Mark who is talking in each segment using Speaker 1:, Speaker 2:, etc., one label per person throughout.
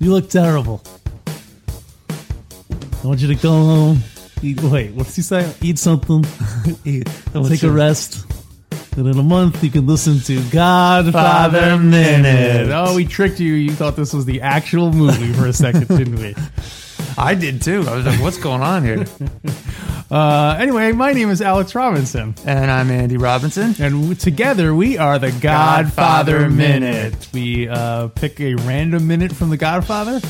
Speaker 1: You look terrible. I want you to go home. Eat, wait, what's he say? Eat something. Eat, take a
Speaker 2: your-
Speaker 1: rest. And in a month, you can listen to Godfather Minute.
Speaker 2: Oh, we tricked you. You thought this was the actual movie for a second, didn't we? I did too. I was like, what's going on here? Uh, anyway, my name is Alex Robinson,
Speaker 3: And I'm Andy Robinson.
Speaker 2: and w- together we are the Godfather,
Speaker 3: Godfather
Speaker 2: Minute.
Speaker 3: Minute.
Speaker 2: We uh, pick a random minute from the Godfather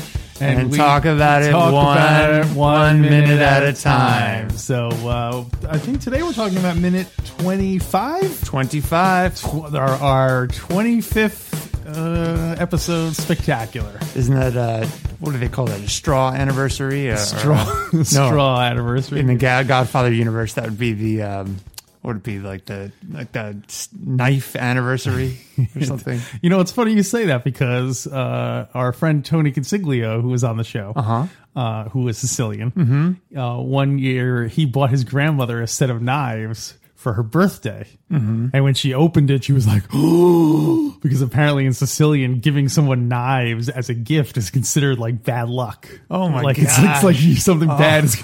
Speaker 3: And,
Speaker 2: we
Speaker 3: talk about it
Speaker 2: talk
Speaker 3: one,
Speaker 2: about it
Speaker 3: one minute at a time.
Speaker 2: So uh, I think today we're talking about minute 25.
Speaker 3: 25.
Speaker 2: Tw- our, our 25th uh, episode spectacular.
Speaker 3: Isn't that, uh, what do they call that? A straw anniversary? Uh, or-
Speaker 2: Straw, straw anniversary.
Speaker 3: in the Ga- Godfather universe, that would be the, um, what would it be like the, like the s- knife anniversary or something?
Speaker 2: you know, it's funny you say that because uh, our friend Tony Consiglio, who was on the show, uh-huh. who is Sicilian,
Speaker 3: Mm-hmm.
Speaker 2: uh, one year he bought his grandmother a set of knives for her birthday.
Speaker 3: Mm-hmm.
Speaker 2: And when she opened it, she was like, oh, because apparently in Sicilian, giving someone knives as a gift is considered like bad luck.
Speaker 3: Oh my
Speaker 2: like, It's, it's like
Speaker 3: gosh.
Speaker 2: something bad is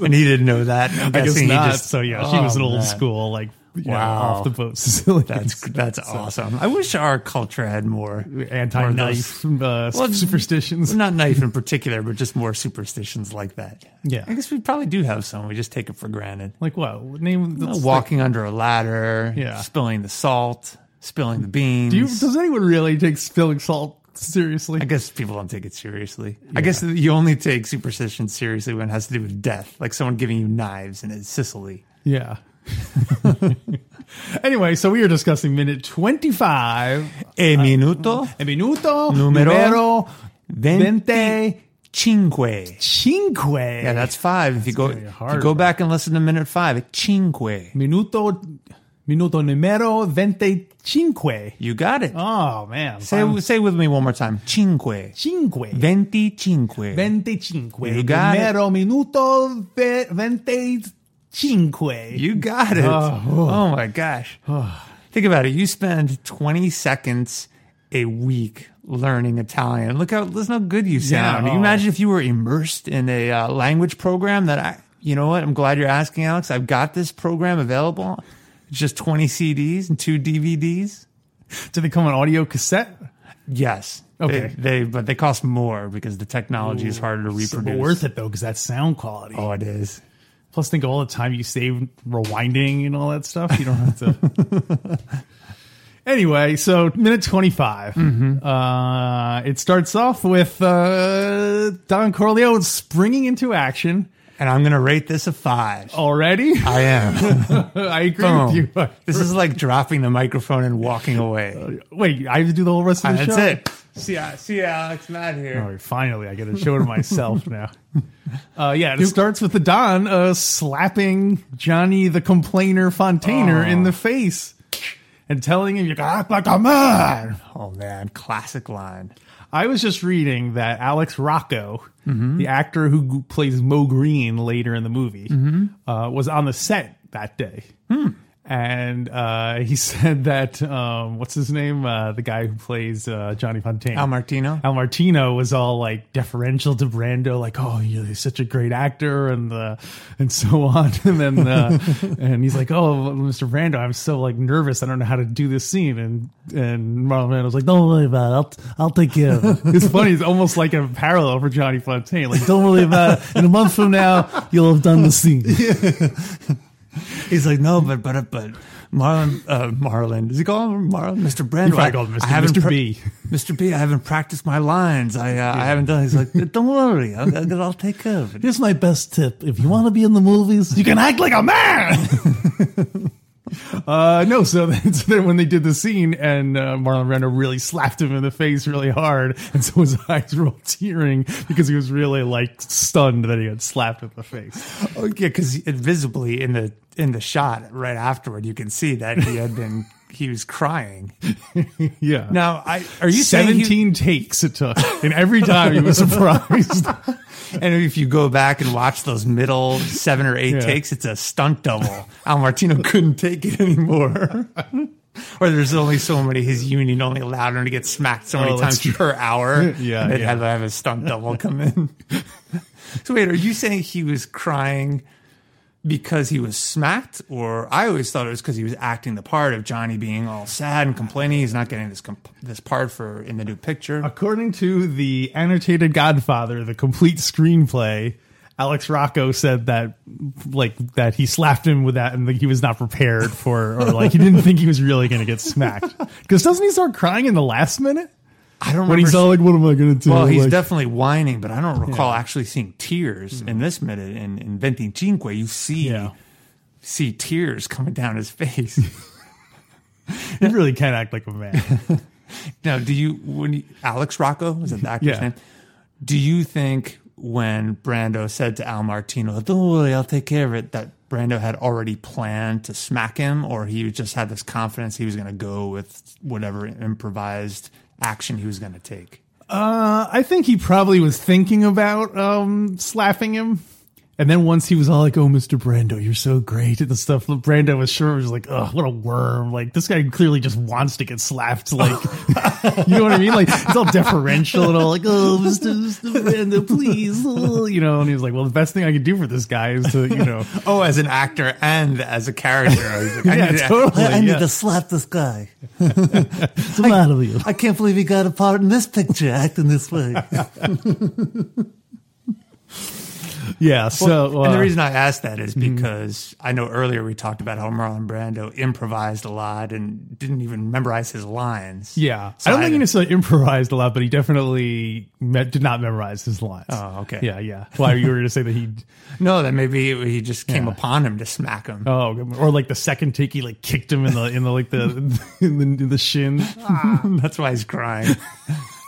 Speaker 3: and he didn't know that. I'm
Speaker 2: I guess
Speaker 3: guessing he
Speaker 2: not.
Speaker 3: just-
Speaker 2: so yeah, she was an
Speaker 3: Oh,
Speaker 2: old
Speaker 3: man.
Speaker 2: school, like you know,
Speaker 3: Wow.
Speaker 2: off the boat Sicilian.
Speaker 3: That's, that's awesome. I wish our culture had more
Speaker 2: anti knife uh,
Speaker 3: Well,
Speaker 2: superstitions.
Speaker 3: Well, not knife in particular, but just more superstitions like that.
Speaker 2: Yeah.
Speaker 3: I guess we probably do have some. We just take it for granted.
Speaker 2: like what? Name
Speaker 3: Uh,
Speaker 2: that's
Speaker 3: walking under a ladder,
Speaker 2: Yeah.
Speaker 3: spilling the salt, spilling the beans.
Speaker 2: like- do you, does anyone really take spilling salt seriously?
Speaker 3: I guess people don't take it seriously. I guess you only take superstition seriously when it has to do with death, like someone giving you knives in Sicily.
Speaker 2: yeah. anyway, so we are discussing minute twenty-five.
Speaker 3: E minuto
Speaker 2: A minuto
Speaker 3: Numero
Speaker 2: numero
Speaker 3: vente cinque.
Speaker 2: cinque.
Speaker 3: Yeah, that's five. If you go,
Speaker 2: gonna be
Speaker 3: if
Speaker 2: hard,
Speaker 3: you go
Speaker 2: bro.
Speaker 3: back and listen to minute five, cinque.
Speaker 2: minuto minuto numero venticinque.
Speaker 3: You got it.
Speaker 2: Oh man,
Speaker 3: Say, say it with me one more time. Cinque.
Speaker 2: cinque.
Speaker 3: Venticinque.
Speaker 2: 25.
Speaker 3: You got it.
Speaker 2: Primero minuto ve- 25.
Speaker 3: You got it.
Speaker 2: Oh,
Speaker 3: Oh,
Speaker 2: oh.
Speaker 3: my gosh. Think about it. You spend 20 seconds a week learning Italian. Look how listen how good you sound.
Speaker 2: Yeah,
Speaker 3: You
Speaker 2: oh.
Speaker 3: imagine if you were immersed in a uh, language program that I you know what? I'm glad you're asking Alex. I've got this program available. It's just 20 CDs and two DVDs.
Speaker 2: Did they come on audio cassette?
Speaker 3: Yes.
Speaker 2: Okay.
Speaker 3: They, they but they cost more because the technology is harder to
Speaker 2: But
Speaker 3: reproduce.
Speaker 2: worth it though, because that's sound quality.
Speaker 3: Oh, it is.
Speaker 2: Plus, think of all the time you save rewinding and all that stuff. You don't have to. anyway, so minute 25.
Speaker 3: Mm-hmm.
Speaker 2: Uh, it starts off with uh, Don Corleone springing into action
Speaker 3: And I'm going to rate this a 5.
Speaker 2: already.
Speaker 3: I am.
Speaker 2: I agree with
Speaker 3: Uh, Boom.
Speaker 2: you.
Speaker 3: This is like dropping the microphone and walking away.
Speaker 2: Wait, I have to do the whole rest of the
Speaker 3: That's
Speaker 2: show?
Speaker 3: it. See, I, see, Alex, Matt
Speaker 2: All
Speaker 3: here.
Speaker 2: right, finally, I get to show it myself now. Uh, yeah, it starts with the Don uh, slapping Johnny the complainer Fontainer in the face and telling him, you gotta act like a man.
Speaker 3: Oh man, classic line.
Speaker 2: I was just reading that Alex Rocco, the actor who g- plays Mo Green later in the movie, uh, was on the set that day. And uh, he said that, um, what's his name? Uh, the guy who plays uh, Johnny Fontaine.
Speaker 3: Al Martino.
Speaker 2: Al Martino was all like deferential to Brando, like, "Oh, you're such a great actor," and uh, and so on. And then uh, and he's like, "Oh, Mr. Brando, I'm so like nervous. I don't know how to do this scene." And and Marlon Brando's like, "Don't worry about it. I'll, I'll take care of it." it's funny. It's almost like a parallel for Johnny Fontaine. Like, don't worry about it. In a month from now, you'll have done the scene.
Speaker 3: He's like, no, but but but Marlon, uh, Marlon. Does he call him Marlon? Mr. Brando.
Speaker 2: probably called him Mr. Mr. B.
Speaker 3: Mr. B. I haven't practiced my lines. I uh, I haven't done. He's like, don't worry, I'll, I'll take care of it.
Speaker 1: Here's my best tip. If you want to be in the movies, you can act like a man.
Speaker 2: Uh, no, so then, so then when they did the scene and uh, Marlon Brando really slapped him in the face really hard, and so his eyes were all tearing because he was really like stunned that he had slapped in the face.
Speaker 3: Oh, yeah, because visibly in the in the shot right afterward, you can see that he had been he was crying.
Speaker 2: Yeah.
Speaker 3: Now, I are you saying he-
Speaker 2: Seventeen takes it took, and every time he was surprised.
Speaker 3: and if you go back and watch those middle seven or eight
Speaker 2: Yeah.
Speaker 3: takes, it's a stunt double. Al Martino couldn't take it anymore. or there's only so many his union only allowed him to get smacked so many
Speaker 2: Oh, that's
Speaker 3: times per hour.
Speaker 2: Yeah,
Speaker 3: and they'd
Speaker 2: yeah.
Speaker 3: have to have a stunt double come in. so wait, are you saying he was crying? Because he was smacked, or I always thought it was because he was acting the part of Johnny being all sad and complaining he's not getting this comp- this part for in the new picture.
Speaker 2: According to the annotated Godfather, the complete screenplay, Alex Rocco said that like that he slapped him with that and that he was not prepared for or like he didn't think he was really going to get smacked. Because doesn't he start crying in the last minute
Speaker 3: I don't
Speaker 2: when
Speaker 3: remember
Speaker 2: he's all like, "What am I going to do?"
Speaker 3: Well, he's
Speaker 2: Like,
Speaker 3: definitely whining, but I don't recall actually seeing tears in this minute. In, in Venticinque, you see
Speaker 2: Mm-hmm. Yeah.
Speaker 3: see tears coming down his face.
Speaker 2: he really can act like a man.
Speaker 3: now, do you when you, Alex Rocco was that the actor's
Speaker 2: Yeah.
Speaker 3: name? Do you think when Brando said to Al Martino, "Don't worry, I'll take care of it," that Brando had already planned to smack him, or he just had this confidence he was going to go with whatever improvised action he was going to take?
Speaker 2: Uh, I think he probably was thinking about um, slapping him. And then once he was all like, "Oh, Mr. Brando, you're so great," and the stuff. Brando was sure was like, "Oh, what a worm! Like this guy clearly just wants to get slapped. Like, you know what I mean? Like it's all deferential and all like, "Oh, Mr. Mr. Brando, please," oh," you know. And he was like, "Well, the best thing I could do for this guy is to, you know,
Speaker 3: Oh, as an actor and as a character, I was like, I
Speaker 2: yeah,
Speaker 3: need to-
Speaker 2: totally,
Speaker 4: I, I need
Speaker 2: yeah.
Speaker 4: to slap this guy. What's the matter with you? I can't believe he got a part in this picture acting this way.
Speaker 2: yeah." So
Speaker 3: and
Speaker 2: uh, mm-hmm.
Speaker 3: the reason I asked that is because I know earlier we talked about how Marlon Brando improvised a lot and didn't even memorize his lines.
Speaker 2: Yeah,
Speaker 3: So
Speaker 2: I don't think he
Speaker 3: didn't-
Speaker 2: necessarily improvised a lot, but he definitely me- did not memorize his lines.
Speaker 3: Oh, okay.
Speaker 2: Yeah, yeah. Why you were going to say that he?
Speaker 3: No, that maybe he just came upon him to smack him.
Speaker 2: Oh, or like the second take, he like kicked him in the in the like the in the, in the shin.
Speaker 3: That's why he's crying.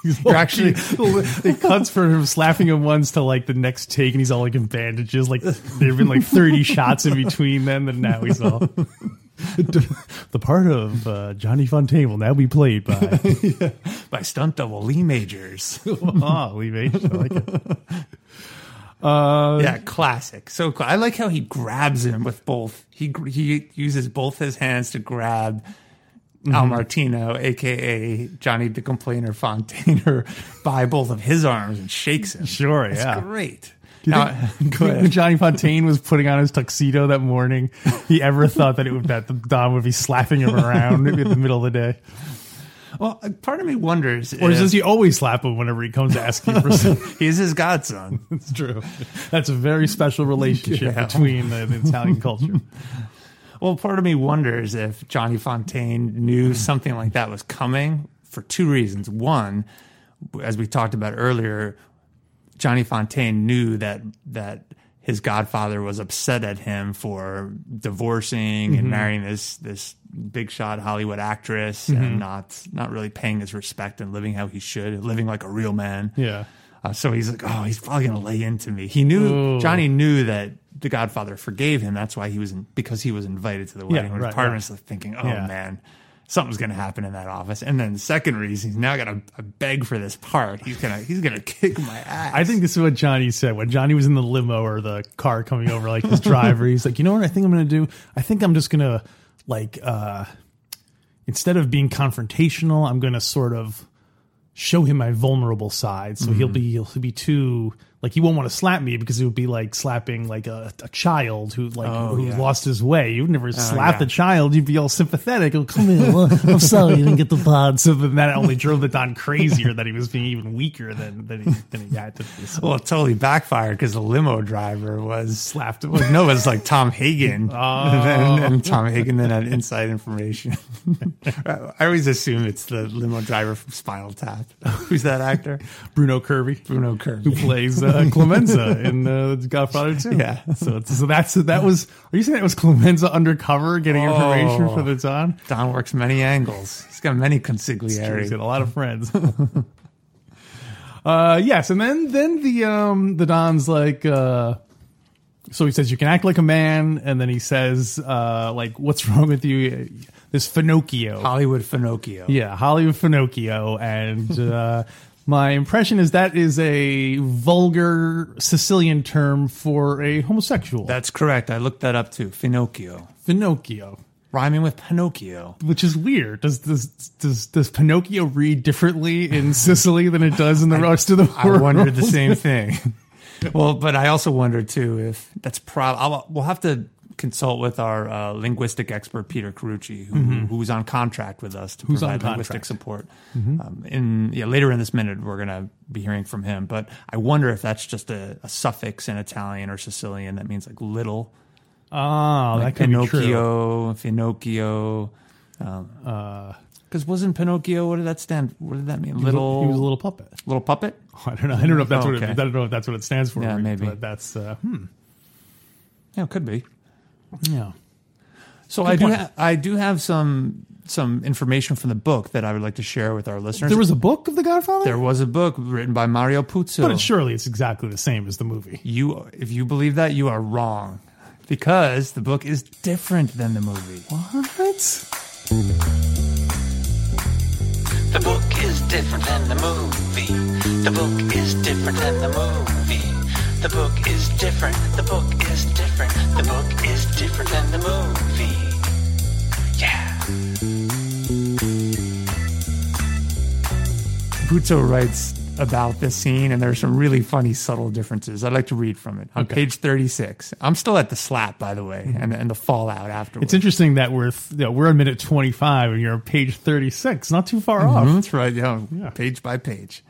Speaker 2: He's
Speaker 3: You're actually-
Speaker 2: it cuts from him slapping him once to like the next take, and he's all like in bandages. Like there've been like thirty shots in between then, and now he's all. the part of uh, Johnny Fontaine will now be played by
Speaker 3: By stunt double Lee Majors.
Speaker 2: oh, Lee Majors. I like it. Uh,
Speaker 3: yeah, classic. So cla- I like how he grabs him with both. He gr- he uses both his hands to grab
Speaker 2: Mm-hmm.
Speaker 3: Al Martino, aka Johnny the Complainer Fontainer, by both of his arms and shakes him.
Speaker 2: Sure,
Speaker 3: That's
Speaker 2: yeah.
Speaker 3: great.
Speaker 2: Do you
Speaker 3: Now-
Speaker 2: think
Speaker 3: go
Speaker 2: when
Speaker 3: ahead.
Speaker 2: Johnny Fontaine was putting on his tuxedo that morning, he ever thought that it would that Don would be slapping him around in the middle of the day,
Speaker 3: Well, uh, part of me wonders
Speaker 2: or
Speaker 3: if
Speaker 2: does he always slap him whenever he comes to ask you for something?
Speaker 3: he's his godson.
Speaker 2: It's true. That's a very special relationship
Speaker 3: Yeah.
Speaker 2: between the, the Italian culture.
Speaker 3: well, part of me wonders if Johnny Fontaine
Speaker 2: Hmm.
Speaker 3: knew something like that was coming for two reasons. One, as we talked about earlier, Johnny Fontaine knew that that his godfather was upset at him for divorcing
Speaker 2: Mm-hmm.
Speaker 3: and marrying this this big shot Hollywood actress
Speaker 2: Mm-hmm.
Speaker 3: and not not really paying his respect and living how he should, living like a real man.
Speaker 2: Yeah.
Speaker 3: Uh, so he's like, oh, he's probably gonna lay into me. He knew
Speaker 2: Ooh.
Speaker 3: Johnny knew that the Godfather forgave him. That's why he was in, because he was invited to the wedding.
Speaker 2: Yeah,
Speaker 3: when
Speaker 2: right,
Speaker 3: part of him is thinking, oh
Speaker 2: Yeah.
Speaker 3: man, something's gonna happen in that office. And then the second reason, he's now gonna beg for this part. He's gonna he's gonna kick my ass.
Speaker 2: I think this is what Johnny said when Johnny was in the limo or the car coming over, like his driver. He's like, you know what? I think I'm gonna do. I think I'm just gonna like uh instead of being confrontational, I'm gonna sort of show him my vulnerable side. So
Speaker 3: Mm-hmm.
Speaker 2: he'll be he'll be too like he won't want to slap me because it would be like slapping like a, a child who like who
Speaker 3: Oh, yeah. Oh,
Speaker 2: lost his way. You'd never slap
Speaker 3: yeah.
Speaker 2: a child. You'd be all sympathetic. It'll come in.
Speaker 4: Well, I'm sorry you didn't get the part.
Speaker 2: So then that only drove the Don crazier that he was being even weaker than than he, than he had to be. So
Speaker 3: well, it totally backfired because the limo driver was
Speaker 2: slapped him.
Speaker 3: no, it was like Tom
Speaker 2: Oh.
Speaker 3: Hagen. And, then, and Tom Hagen then had inside information. I always assume it's the limo driver from Spinal Tap. Who's that actor?
Speaker 2: Bruno Kirby,
Speaker 3: Bruno
Speaker 2: who
Speaker 3: Kirby.
Speaker 2: plays uh, uh, Clemenza in uh, Godfather Two.
Speaker 3: Yeah.
Speaker 2: so it's, so that's that was. Are you saying it was Clemenza undercover getting information
Speaker 3: Oh.
Speaker 2: for the Don?
Speaker 3: Don works many angles. He's got many
Speaker 2: He's got
Speaker 3: consiglieri.
Speaker 2: a lot of friends. uh, yes, and then then the um the Don's like uh so he says you can act like a man, and then he says uh like what's wrong with you? This Finocchio,
Speaker 3: Hollywood Finocchio.
Speaker 2: yeah, Hollywood Finocchio, and uh, my impression is that is a vulgar Sicilian term for a homosexual.
Speaker 3: That's correct. I looked that up too. Finocchio.
Speaker 2: Finocchio.
Speaker 3: Rhyming with Pinocchio.
Speaker 2: Which is weird. Does, does does does Pinocchio read differently in Sicily than it does in the rest of the
Speaker 3: I
Speaker 2: world?
Speaker 3: wondered the same thing. well, but I also wondered too if that's probably we'll have to consult with our uh, linguistic expert Peter Carucci, who, who's on contract with us to
Speaker 2: Mm-hmm. on
Speaker 3: provide linguistic
Speaker 2: contract. Mm-hmm.
Speaker 3: support. Um, in yeah, later in this minute, we're gonna be hearing from him. But I wonder if that's just a, a suffix in Italian or Sicilian that means like little
Speaker 2: Oh, that could be true.
Speaker 3: Pinocchio, Finocchio.
Speaker 2: Uh,
Speaker 3: Because wasn't Pinocchio? What did that stand? What did that mean? Little,
Speaker 2: he was a little puppet.
Speaker 3: little puppet.
Speaker 2: I don't know. I don't know if that's what
Speaker 3: Okay.
Speaker 2: it, I don't know if that's what it stands for.
Speaker 3: Yeah, maybe.
Speaker 2: But that's uh, hmm.
Speaker 3: Yeah, could be.
Speaker 2: Yeah.
Speaker 3: So I do,
Speaker 2: point.
Speaker 3: ha- I do have some some information from the book that I would like to share with our listeners.
Speaker 2: There was a book of The Godfather.
Speaker 3: there was a book written by Mario Puzo.
Speaker 2: but surely it's exactly the same as the movie.
Speaker 3: you, if you believe that, you are wrong, because the book is different than the movie.
Speaker 2: What?
Speaker 5: The book is different than the movie. The book is different than the movie. The book is different. The book is different. The book is different than the movie. Yeah.
Speaker 3: Puzo writes about this scene, and there are some really funny, subtle differences. I'd like to read from it on page 36. I'm still at the slap, by the way, and, and the fallout afterwards.
Speaker 2: It's interesting that we're th- that we're on minute twenty five and you're on page thirty six, not too far
Speaker 3: Mhm,
Speaker 2: off.
Speaker 3: That's right. Yeah, Mm-hmm. page by page.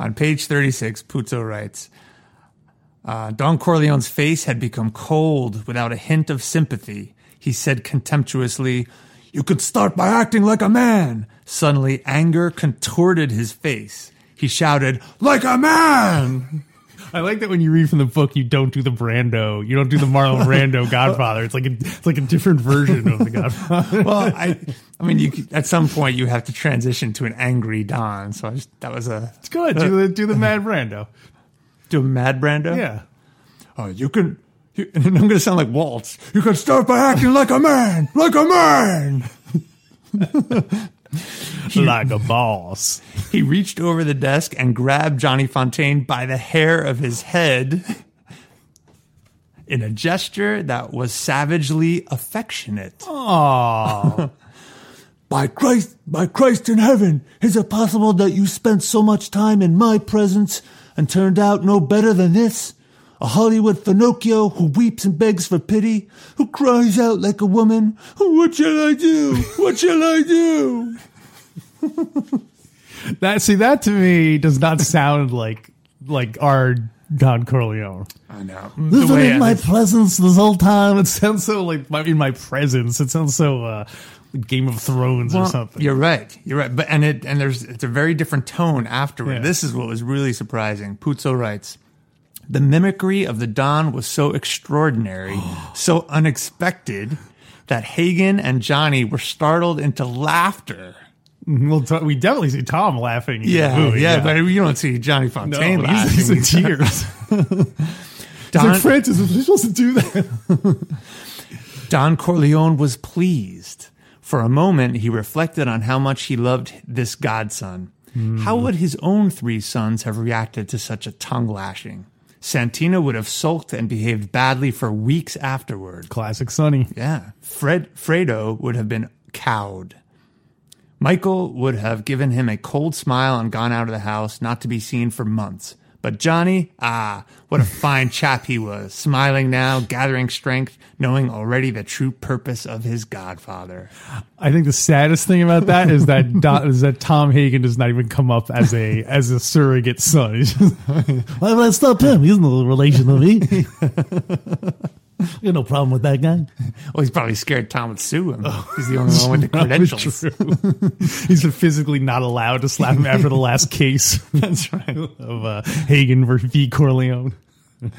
Speaker 3: On page 36, Puzo writes uh, Don Corleone's face had become cold without a hint of sympathy. He said contemptuously, You could start by acting like a man. Suddenly, anger contorted his face. He shouted, Like a man!
Speaker 2: I like that when you read from the book, you don't do the Brando, you don't do the Marlon Brando Godfather. It's like a, it's like a different version of the Godfather.
Speaker 3: Well, I, I mean, you, c- at some point, you have to transition to an angry Don. So I just, that was a.
Speaker 2: It's good. Do the do the Mad Brando.
Speaker 3: Do a mad Brando?
Speaker 2: Yeah.
Speaker 3: Uh, you can. You, and I'm going to sound like Waltz. You can start by acting like a man, like a man.
Speaker 2: Like a boss.
Speaker 3: He reached over the desk and grabbed Johnny Fontaine by the hair of his head in a gesture that was savagely affectionate.
Speaker 4: By Christ, by Christ in heaven, is it possible that you spent so much time in my presence and turned out no better than this? A Hollywood Finocchio who weeps and begs for pity, who cries out like a woman, What shall I do? What shall I do?
Speaker 2: That see that to me does not sound like like our Don Corleone.
Speaker 3: I know.
Speaker 4: You've been in my
Speaker 3: it-
Speaker 4: presence this whole time.
Speaker 2: It sounds so like my, in my presence. It sounds so uh, Game of Thrones or
Speaker 3: Well,
Speaker 2: something.
Speaker 3: You're right. You're right. But and it and there's it's a very different tone afterward.
Speaker 2: Yeah.
Speaker 3: This is what was really surprising. Puzo writes. The mimicry of the Don was so extraordinary, so unexpected, that Hagen and Johnny were startled into laughter.
Speaker 2: Well, t- we definitely see Tom laughing. in
Speaker 3: Yeah,
Speaker 2: the movie,
Speaker 3: yeah, but you don't see Johnny
Speaker 2: no,
Speaker 3: Fontaine
Speaker 2: he's,
Speaker 3: laughing.
Speaker 2: he's in tears.
Speaker 3: Don,
Speaker 2: like Francis, was I supposed to do that?
Speaker 3: Don Corleone was pleased. For a moment, he reflected on how much he loved this godson. How would his own three sons have reacted to such a tongue lashing? Santino would have sulked and behaved badly for weeks afterward.
Speaker 2: Classic Sonny.
Speaker 3: Yeah. Fred Fredo would have been cowed. Michael would have given him a cold smile and gone out of the house, not to be seen for months. But Johnny, ah, what a fine chap he was, smiling now, gathering strength, knowing already the true purpose of his godfather.
Speaker 2: I think the saddest thing about that is that Don, is that Tom Hagen does not even come up as a as a surrogate son. He's just-
Speaker 1: Why would I stop him? He's no relation to me. You no problem with that guy.
Speaker 3: Well, he's probably scared Tom would sue him. He's the only one with the credentials.
Speaker 2: He's physically not allowed to slap him after the last case. That's right. Of uh, Hagen versus V. Corleone.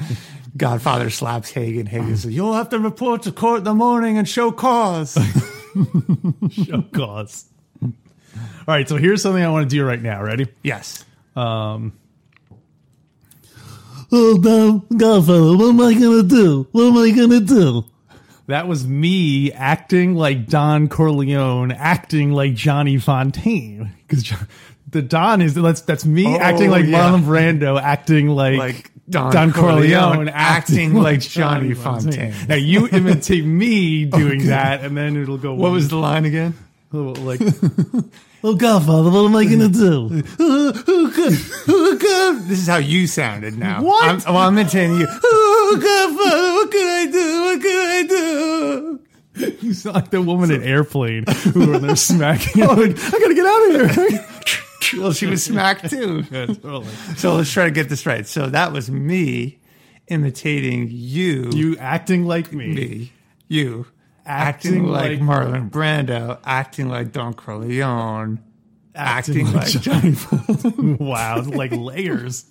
Speaker 3: Godfather slaps Hagen. Hagen says, "You'll have to report to court in the morning and show cause."
Speaker 2: Show cause. Oh, All right, so here's something I want to do right now. Ready?
Speaker 3: yes.
Speaker 2: Um,
Speaker 1: Oh, Tom, Godfather, what am I gonna do? What am I gonna do?
Speaker 2: That was me acting like Don Corleone, acting like Johnny Fontaine. Because the Don is that's that's me
Speaker 3: Oh,
Speaker 2: acting like
Speaker 3: yeah.
Speaker 2: Marlon Brando, acting like,
Speaker 3: Like Don Corleone, acting like Johnny Fontaine.
Speaker 2: Now you imitate me doing that, and then it'll go.
Speaker 3: What was the line again?
Speaker 2: like?
Speaker 1: Oh, Godfather, what am I gonna do?
Speaker 3: This is how you sounded now.
Speaker 2: What?
Speaker 3: I'm, well, I'm imitating you. Oh, Godfather, what can I do? What can I do?
Speaker 2: You sound like the woman in airplane who were there smacking. oh, I gotta get out of here.
Speaker 3: Well, she was smacked too. So let's try to get this right. So that was me imitating you.
Speaker 2: You acting like me.
Speaker 3: me. You. Acting,
Speaker 2: Acting
Speaker 3: like,
Speaker 2: like-
Speaker 3: Marlon Brando, acting like Don Corleone, acting, like,
Speaker 2: Johnny. wow, like layers.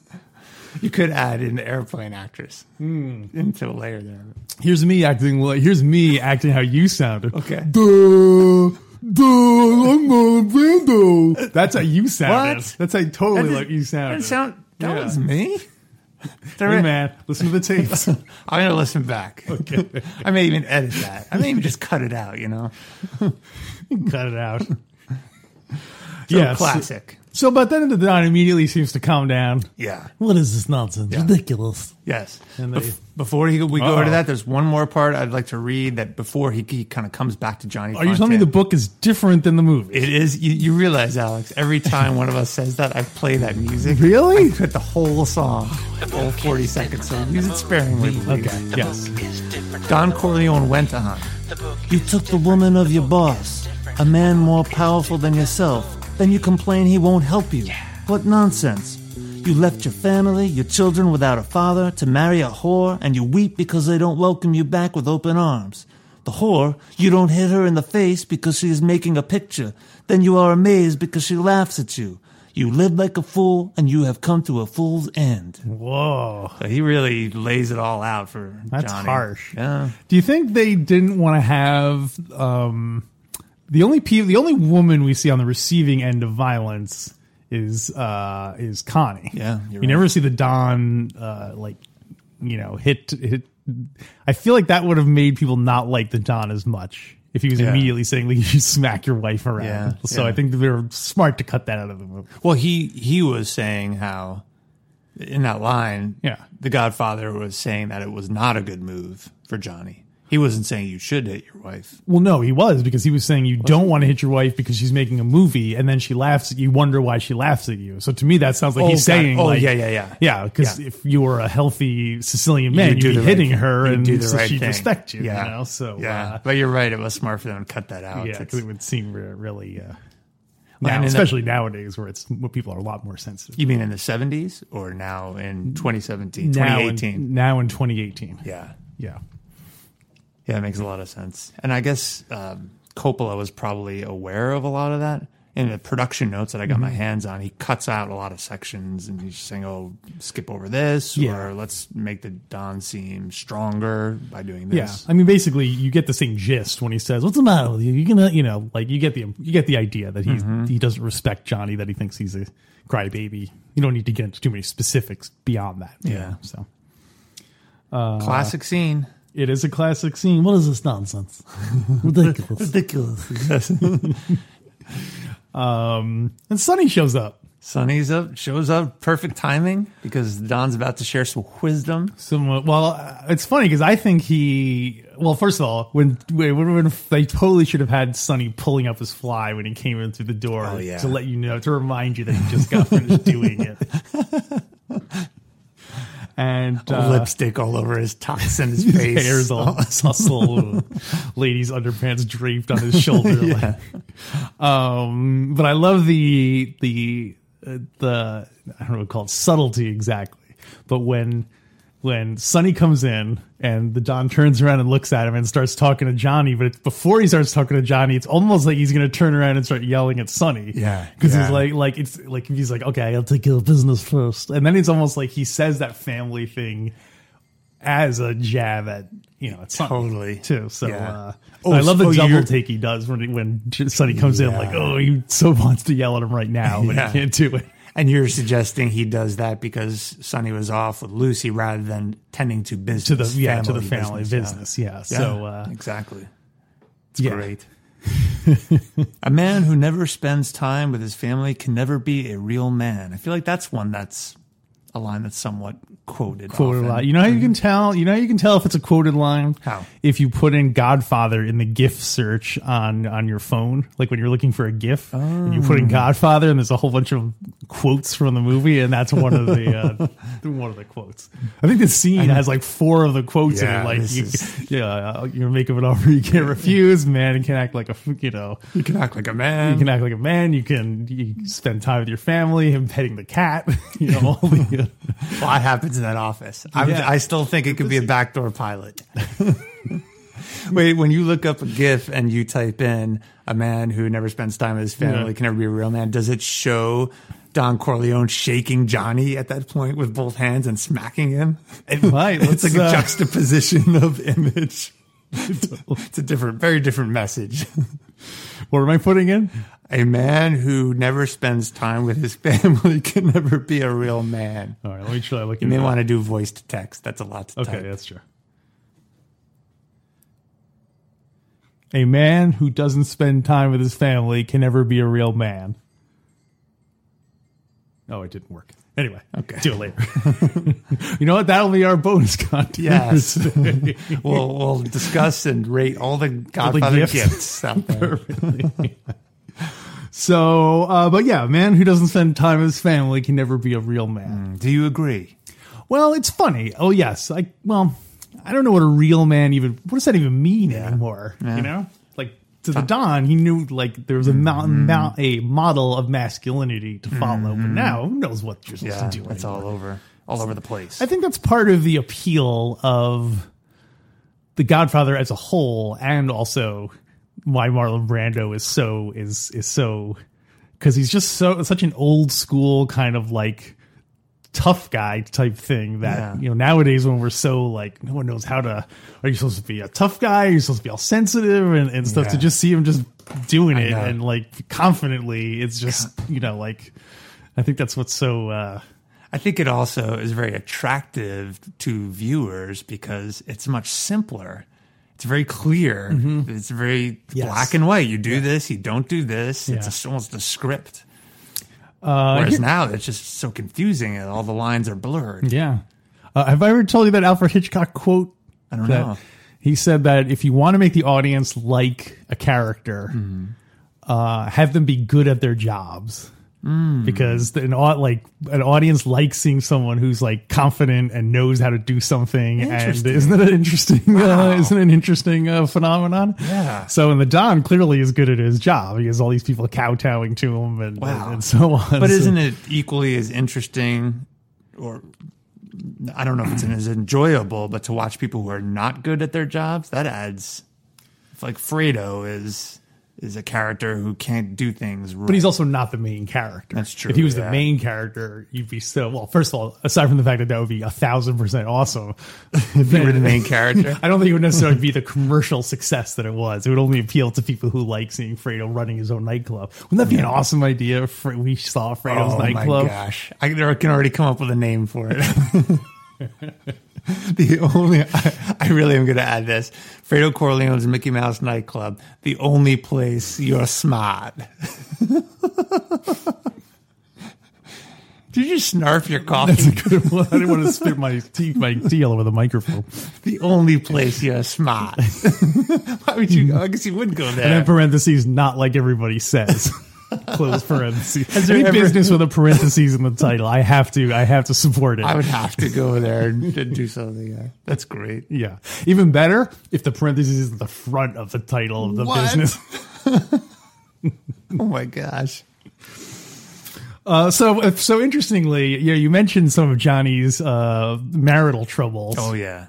Speaker 3: you could add an airplane actress Hmm. into a layer there.
Speaker 2: Here's me acting like here's me acting how you sounded.
Speaker 3: Okay.
Speaker 2: Duh, duh, I'm Marlon Brando. That's how you sounded.
Speaker 3: What?
Speaker 2: That's how
Speaker 3: That
Speaker 2: totally
Speaker 3: is-
Speaker 2: like you sounded.
Speaker 3: That sound that
Speaker 2: Yeah.
Speaker 3: was me.
Speaker 2: hey man, listen to the tapes.
Speaker 3: I'm gonna listen back. Okay. I may even edit that. I may even just cut it out. You know,
Speaker 2: Cut it out.
Speaker 3: So
Speaker 2: Yes.
Speaker 3: classic.
Speaker 2: So but then the Don immediately seems to calm down.
Speaker 3: Yeah.
Speaker 1: What is this nonsense? Ridiculous.
Speaker 3: Yes.
Speaker 2: they-
Speaker 3: Bef- before he, we go over to
Speaker 2: Uh-oh.
Speaker 3: that, there's one more part I'd like to read that before he, he kind of comes back to Johnny.
Speaker 2: Are you telling me the book is different than the movie?
Speaker 3: It is. You, you realize, Alex, every time one of us says that, I play that music.
Speaker 2: Really?
Speaker 3: I put the whole song, the whole 40 seconds, so use it sparingly. please.
Speaker 2: Okay. Yes.
Speaker 5: is different.
Speaker 3: Don Corleone went to hunt.
Speaker 5: The book
Speaker 4: You took the woman of your boss, a man more powerful than yourself. Then you complain he won't help you. What nonsense. You left your family, your children without a father, to marry a whore, and you weep because they don't welcome you back with open arms. The whore, you don't hit her in the face because she is making a picture. Then you are amazed because she laughs at you. You live like a fool, and you have come to a fool's end.
Speaker 2: Whoa.
Speaker 3: So he really lays it all out for
Speaker 2: That's
Speaker 3: Johnny.
Speaker 2: harsh.
Speaker 3: Yeah.
Speaker 2: Do you think they didn't want to have um, the only pe- the only woman we see on the receiving end of violence is uh, is Connie?
Speaker 3: Yeah,
Speaker 2: you
Speaker 3: you're right.
Speaker 2: never see the Don uh, like you know hit hit. I feel like that would have made people not like the Don as much if he was
Speaker 3: Yeah.
Speaker 2: immediately saying like you smack your wife around.
Speaker 3: Yeah,
Speaker 2: so
Speaker 3: yeah.
Speaker 2: I think they were smart to cut that out of the movie.
Speaker 3: Well, he he was saying how in that line,
Speaker 2: Yeah.
Speaker 3: the Godfather was saying that it was not a good move for Johnny. He wasn't saying you should hit your wife.
Speaker 2: Well, no, he was because he was saying you don't want to hit your wife because she's making a movie, and then she laughs at you. Wonder why she laughs at you. So to me, that sounds like
Speaker 3: Oh,
Speaker 2: he's
Speaker 3: God.
Speaker 2: saying,
Speaker 3: Oh,
Speaker 2: like,
Speaker 3: yeah, yeah, yeah.
Speaker 2: yeah." Because
Speaker 3: Yeah.
Speaker 2: if you were a healthy Sicilian
Speaker 3: do
Speaker 2: man, you'd be
Speaker 3: the right
Speaker 2: hitting
Speaker 3: thing.
Speaker 2: her,
Speaker 3: You
Speaker 2: and
Speaker 3: do the
Speaker 2: so
Speaker 3: right
Speaker 2: she'd
Speaker 3: thing.
Speaker 2: respect you. you know? so
Speaker 3: yeah,
Speaker 2: uh,
Speaker 3: but you're right. It was smart for them to cut that out.
Speaker 2: yeah,
Speaker 3: It's-
Speaker 2: because it would seem re- really,
Speaker 3: Well, I
Speaker 2: uh, now,
Speaker 3: mean, that-
Speaker 2: especially nowadays where it's where people are a lot more sensitive.
Speaker 3: You mean in the 70s or now in 2017,
Speaker 2: Now in-
Speaker 3: 2018?
Speaker 2: now in 2018,
Speaker 3: yeah.
Speaker 2: yeah.
Speaker 3: Yeah, it makes a lot of sense. And I guess um, Coppola was probably aware of a lot of that. In the production notes that I got my
Speaker 2: Mm-hmm.
Speaker 3: hands on, he cuts out a lot of sections and he's just saying, oh, skip over this
Speaker 2: Yeah.
Speaker 3: or let's make the Don seem stronger by doing
Speaker 2: Yeah,
Speaker 3: this.
Speaker 2: I mean, basically, you get the same gist when he says, "What's the matter with you?" You can, you know, like you get the you get the idea that he he doesn't respect Johnny, that he thinks he's a crybaby. You don't need to get into too many specifics beyond that. you
Speaker 3: Yeah.
Speaker 2: know, so Uh-huh.
Speaker 3: Classic scene.
Speaker 2: it is a classic scene.
Speaker 1: What is this nonsense? Ridiculous.
Speaker 4: Ridiculous.
Speaker 2: And Sonny shows up,
Speaker 3: Sonny's up, shows up, perfect timing because Don's about to share some wisdom.
Speaker 2: Somewhat. Well, uh, it's funny because I think he. Well, first of all, when, when, when they totally should have had Sonny pulling up his fly when he came in through the door
Speaker 3: Oh, yeah.
Speaker 2: to let you know to remind you that he just got finished doing it. And
Speaker 3: Oh,
Speaker 2: uh,
Speaker 3: Lipstick all over his tux and his face.
Speaker 2: hairs all hustle, ladies' underpants draped on his shoulder. like. um, but I love the the uh, the I don't know what it's called subtlety exactly. But when when Sonny comes in and the Don turns around and looks at him and starts talking to Johnny, but it's before he starts talking to Johnny, it's almost like he's gonna turn around and start yelling at Sonny.
Speaker 6: Yeah,
Speaker 2: Because
Speaker 6: yeah.
Speaker 2: he's like like it's like he's like, Okay, I'll take care of business first. And then it's almost like he says that family thing as a jab at you know, it's
Speaker 6: Totally.
Speaker 2: too. So
Speaker 6: Yeah.
Speaker 2: uh,
Speaker 6: Oh,
Speaker 2: I love the
Speaker 6: so
Speaker 2: double
Speaker 6: you're-
Speaker 2: take he does when when Sonny comes in
Speaker 6: Yeah.
Speaker 2: like, oh, he so wants to yell at him right now, but
Speaker 3: Yeah.
Speaker 2: he can't do it.
Speaker 3: And you're suggesting he does that because Sonny was off with Lucy rather than tending to business.
Speaker 2: to the yeah to the family business. Yeah.
Speaker 3: Yeah.
Speaker 2: So uh,
Speaker 3: exactly. It's
Speaker 2: yeah.
Speaker 3: great. a man who never spends time with his family can never be a real man. I feel like that's one that's a line that's somewhat quoted.
Speaker 2: quoted
Speaker 3: often.
Speaker 2: line. uh, You know how you can tell. You know how you can tell if it's a quoted line.
Speaker 3: How?
Speaker 2: if you put in Godfather in the GIF search on on your phone, like when you're looking for a GIF, and you
Speaker 3: Ah.
Speaker 2: put in Godfather, and there's a whole bunch of quotes from the movie, and that's one of the uh, one of the quotes. I think the scene has like four of the quotes
Speaker 6: Yeah,
Speaker 2: in it. Like,
Speaker 6: this
Speaker 2: you, yeah, uh, you're making an offer you can't refuse. Man can act like a you know.
Speaker 3: You can act like a man.
Speaker 2: You can act like a man. You can you spend time with your family. Him petting the cat. You know all the.
Speaker 3: a
Speaker 2: uh,
Speaker 3: lot happens in that office. I,
Speaker 2: Yeah.
Speaker 3: I still think it could be a backdoor pilot. Wait, when you look up a GIF and you type in a man who never spends time with his family
Speaker 2: Yeah.
Speaker 3: can never be a real man, does it show Don Corleone shaking Johnny at that point with both hands and smacking him?
Speaker 2: It might.
Speaker 3: It's
Speaker 2: Let's
Speaker 3: like a
Speaker 2: uh,
Speaker 3: juxtaposition of image. it's a different, very different message.
Speaker 2: What am I putting in?
Speaker 3: A man who never spends time with his family can never be a real man.
Speaker 2: All right, let me try looking.
Speaker 3: You may
Speaker 2: it up.
Speaker 3: want to do voice to text. That's a lot to
Speaker 2: Okay,
Speaker 3: type.
Speaker 2: that's true. A man who doesn't spend time with his family can never be a real man. Oh, it didn't work. Anyway,
Speaker 3: Okay.
Speaker 2: do it later. you know what? That'll be our bonus content.
Speaker 3: Yes.
Speaker 2: for today.
Speaker 3: we'll we'll discuss and rate all the Godfather
Speaker 2: gifts.
Speaker 3: gifts. out there.
Speaker 2: so, uh, but yeah, a man who doesn't spend time with his family can never be a real man.
Speaker 3: Do you agree?
Speaker 2: Well, it's funny. Oh yes, I well, I don't know what a real man even. What does that even mean anymore? You know, like to the Don, he knew like there was a mo- mo- a model of masculinity to follow, but now who knows what you're supposed
Speaker 3: Yeah,
Speaker 2: to do?
Speaker 3: it's
Speaker 2: anymore.
Speaker 3: all over, all over the place.
Speaker 2: I think that's part of the appeal of the Godfather as a whole, and also why Marlon Brando is so is is so because he's just so such an old school kind of like tough guy type thing that
Speaker 3: Yeah.
Speaker 2: you know nowadays when we're so like no one knows how to are you supposed to be a tough guy are you supposed to be all sensitive and, and stuff to
Speaker 3: Yeah.
Speaker 2: just see him just doing it
Speaker 3: know.
Speaker 2: and like confidently it's just you know like i think that's what's so uh
Speaker 3: I think it also is very attractive to viewers because it's much simpler. It's very clear. It's very black and white. You do this, you don't do this. It's almost a script. Whereas now it's just so confusing and all the lines are blurred.
Speaker 2: Yeah. Uh, have I ever told you that Alfred Hitchcock quote?
Speaker 3: I don't
Speaker 2: That
Speaker 3: know.
Speaker 2: He said that if you want to make the audience like a character,
Speaker 3: Hmm.
Speaker 2: uh, have them be good at their jobs.
Speaker 3: Hmm.
Speaker 2: Because an au- like an audience likes seeing someone who's like confident and knows how to do something, and
Speaker 3: Interesting.
Speaker 2: isn't that an interesting? Uh, isn't it an interesting uh, phenomenon?
Speaker 3: Yeah.
Speaker 2: So, and the Don clearly is good at his job. He has all these people kowtowing to him, and
Speaker 3: Wow.
Speaker 2: and so on.
Speaker 3: But
Speaker 2: So-
Speaker 3: isn't it equally as interesting, or I don't know if it's as enjoyable, but to watch people who are not good at their jobs that adds, it's like Fredo is is a character who can't do things. Right.
Speaker 2: But he's also not the main character.
Speaker 3: That's true,
Speaker 2: If he was
Speaker 3: yeah.
Speaker 2: the main character, you'd be so well. First of all, aside from the fact that that would be a thousand percent awesome,
Speaker 3: if he were the main character.
Speaker 2: I don't think it would necessarily be the commercial success that it was. It would only appeal to people who like seeing Fredo running his own nightclub. Wouldn't that be an awesome idea? If Fre- we saw Fredo's
Speaker 3: Oh my
Speaker 2: nightclub.
Speaker 3: gosh! I can I can already come up with a name for it. the only I, I really am going to add this: Fredo Corleone's Mickey Mouse nightclub, the only place you're smart. Did you just snarf your coffee?
Speaker 2: I didn't want to spit my tea, my tea all over the microphone.
Speaker 3: the only place you're smart. Why would you? go? I guess you would go there.
Speaker 2: And then parentheses, not like everybody says. Close parentheses.
Speaker 3: there
Speaker 2: Any
Speaker 3: ever-
Speaker 2: business with a parentheses in the title, I have to. I have to support it.
Speaker 3: I would have to go there and do something. Yeah. That's great.
Speaker 2: Yeah. Even better if the parentheses is at the front of the title of the
Speaker 3: What?
Speaker 2: business.
Speaker 3: Oh my gosh.
Speaker 2: Uh, so, so interestingly, yeah, you mentioned some of Johnny's uh, marital troubles,
Speaker 3: Oh yeah,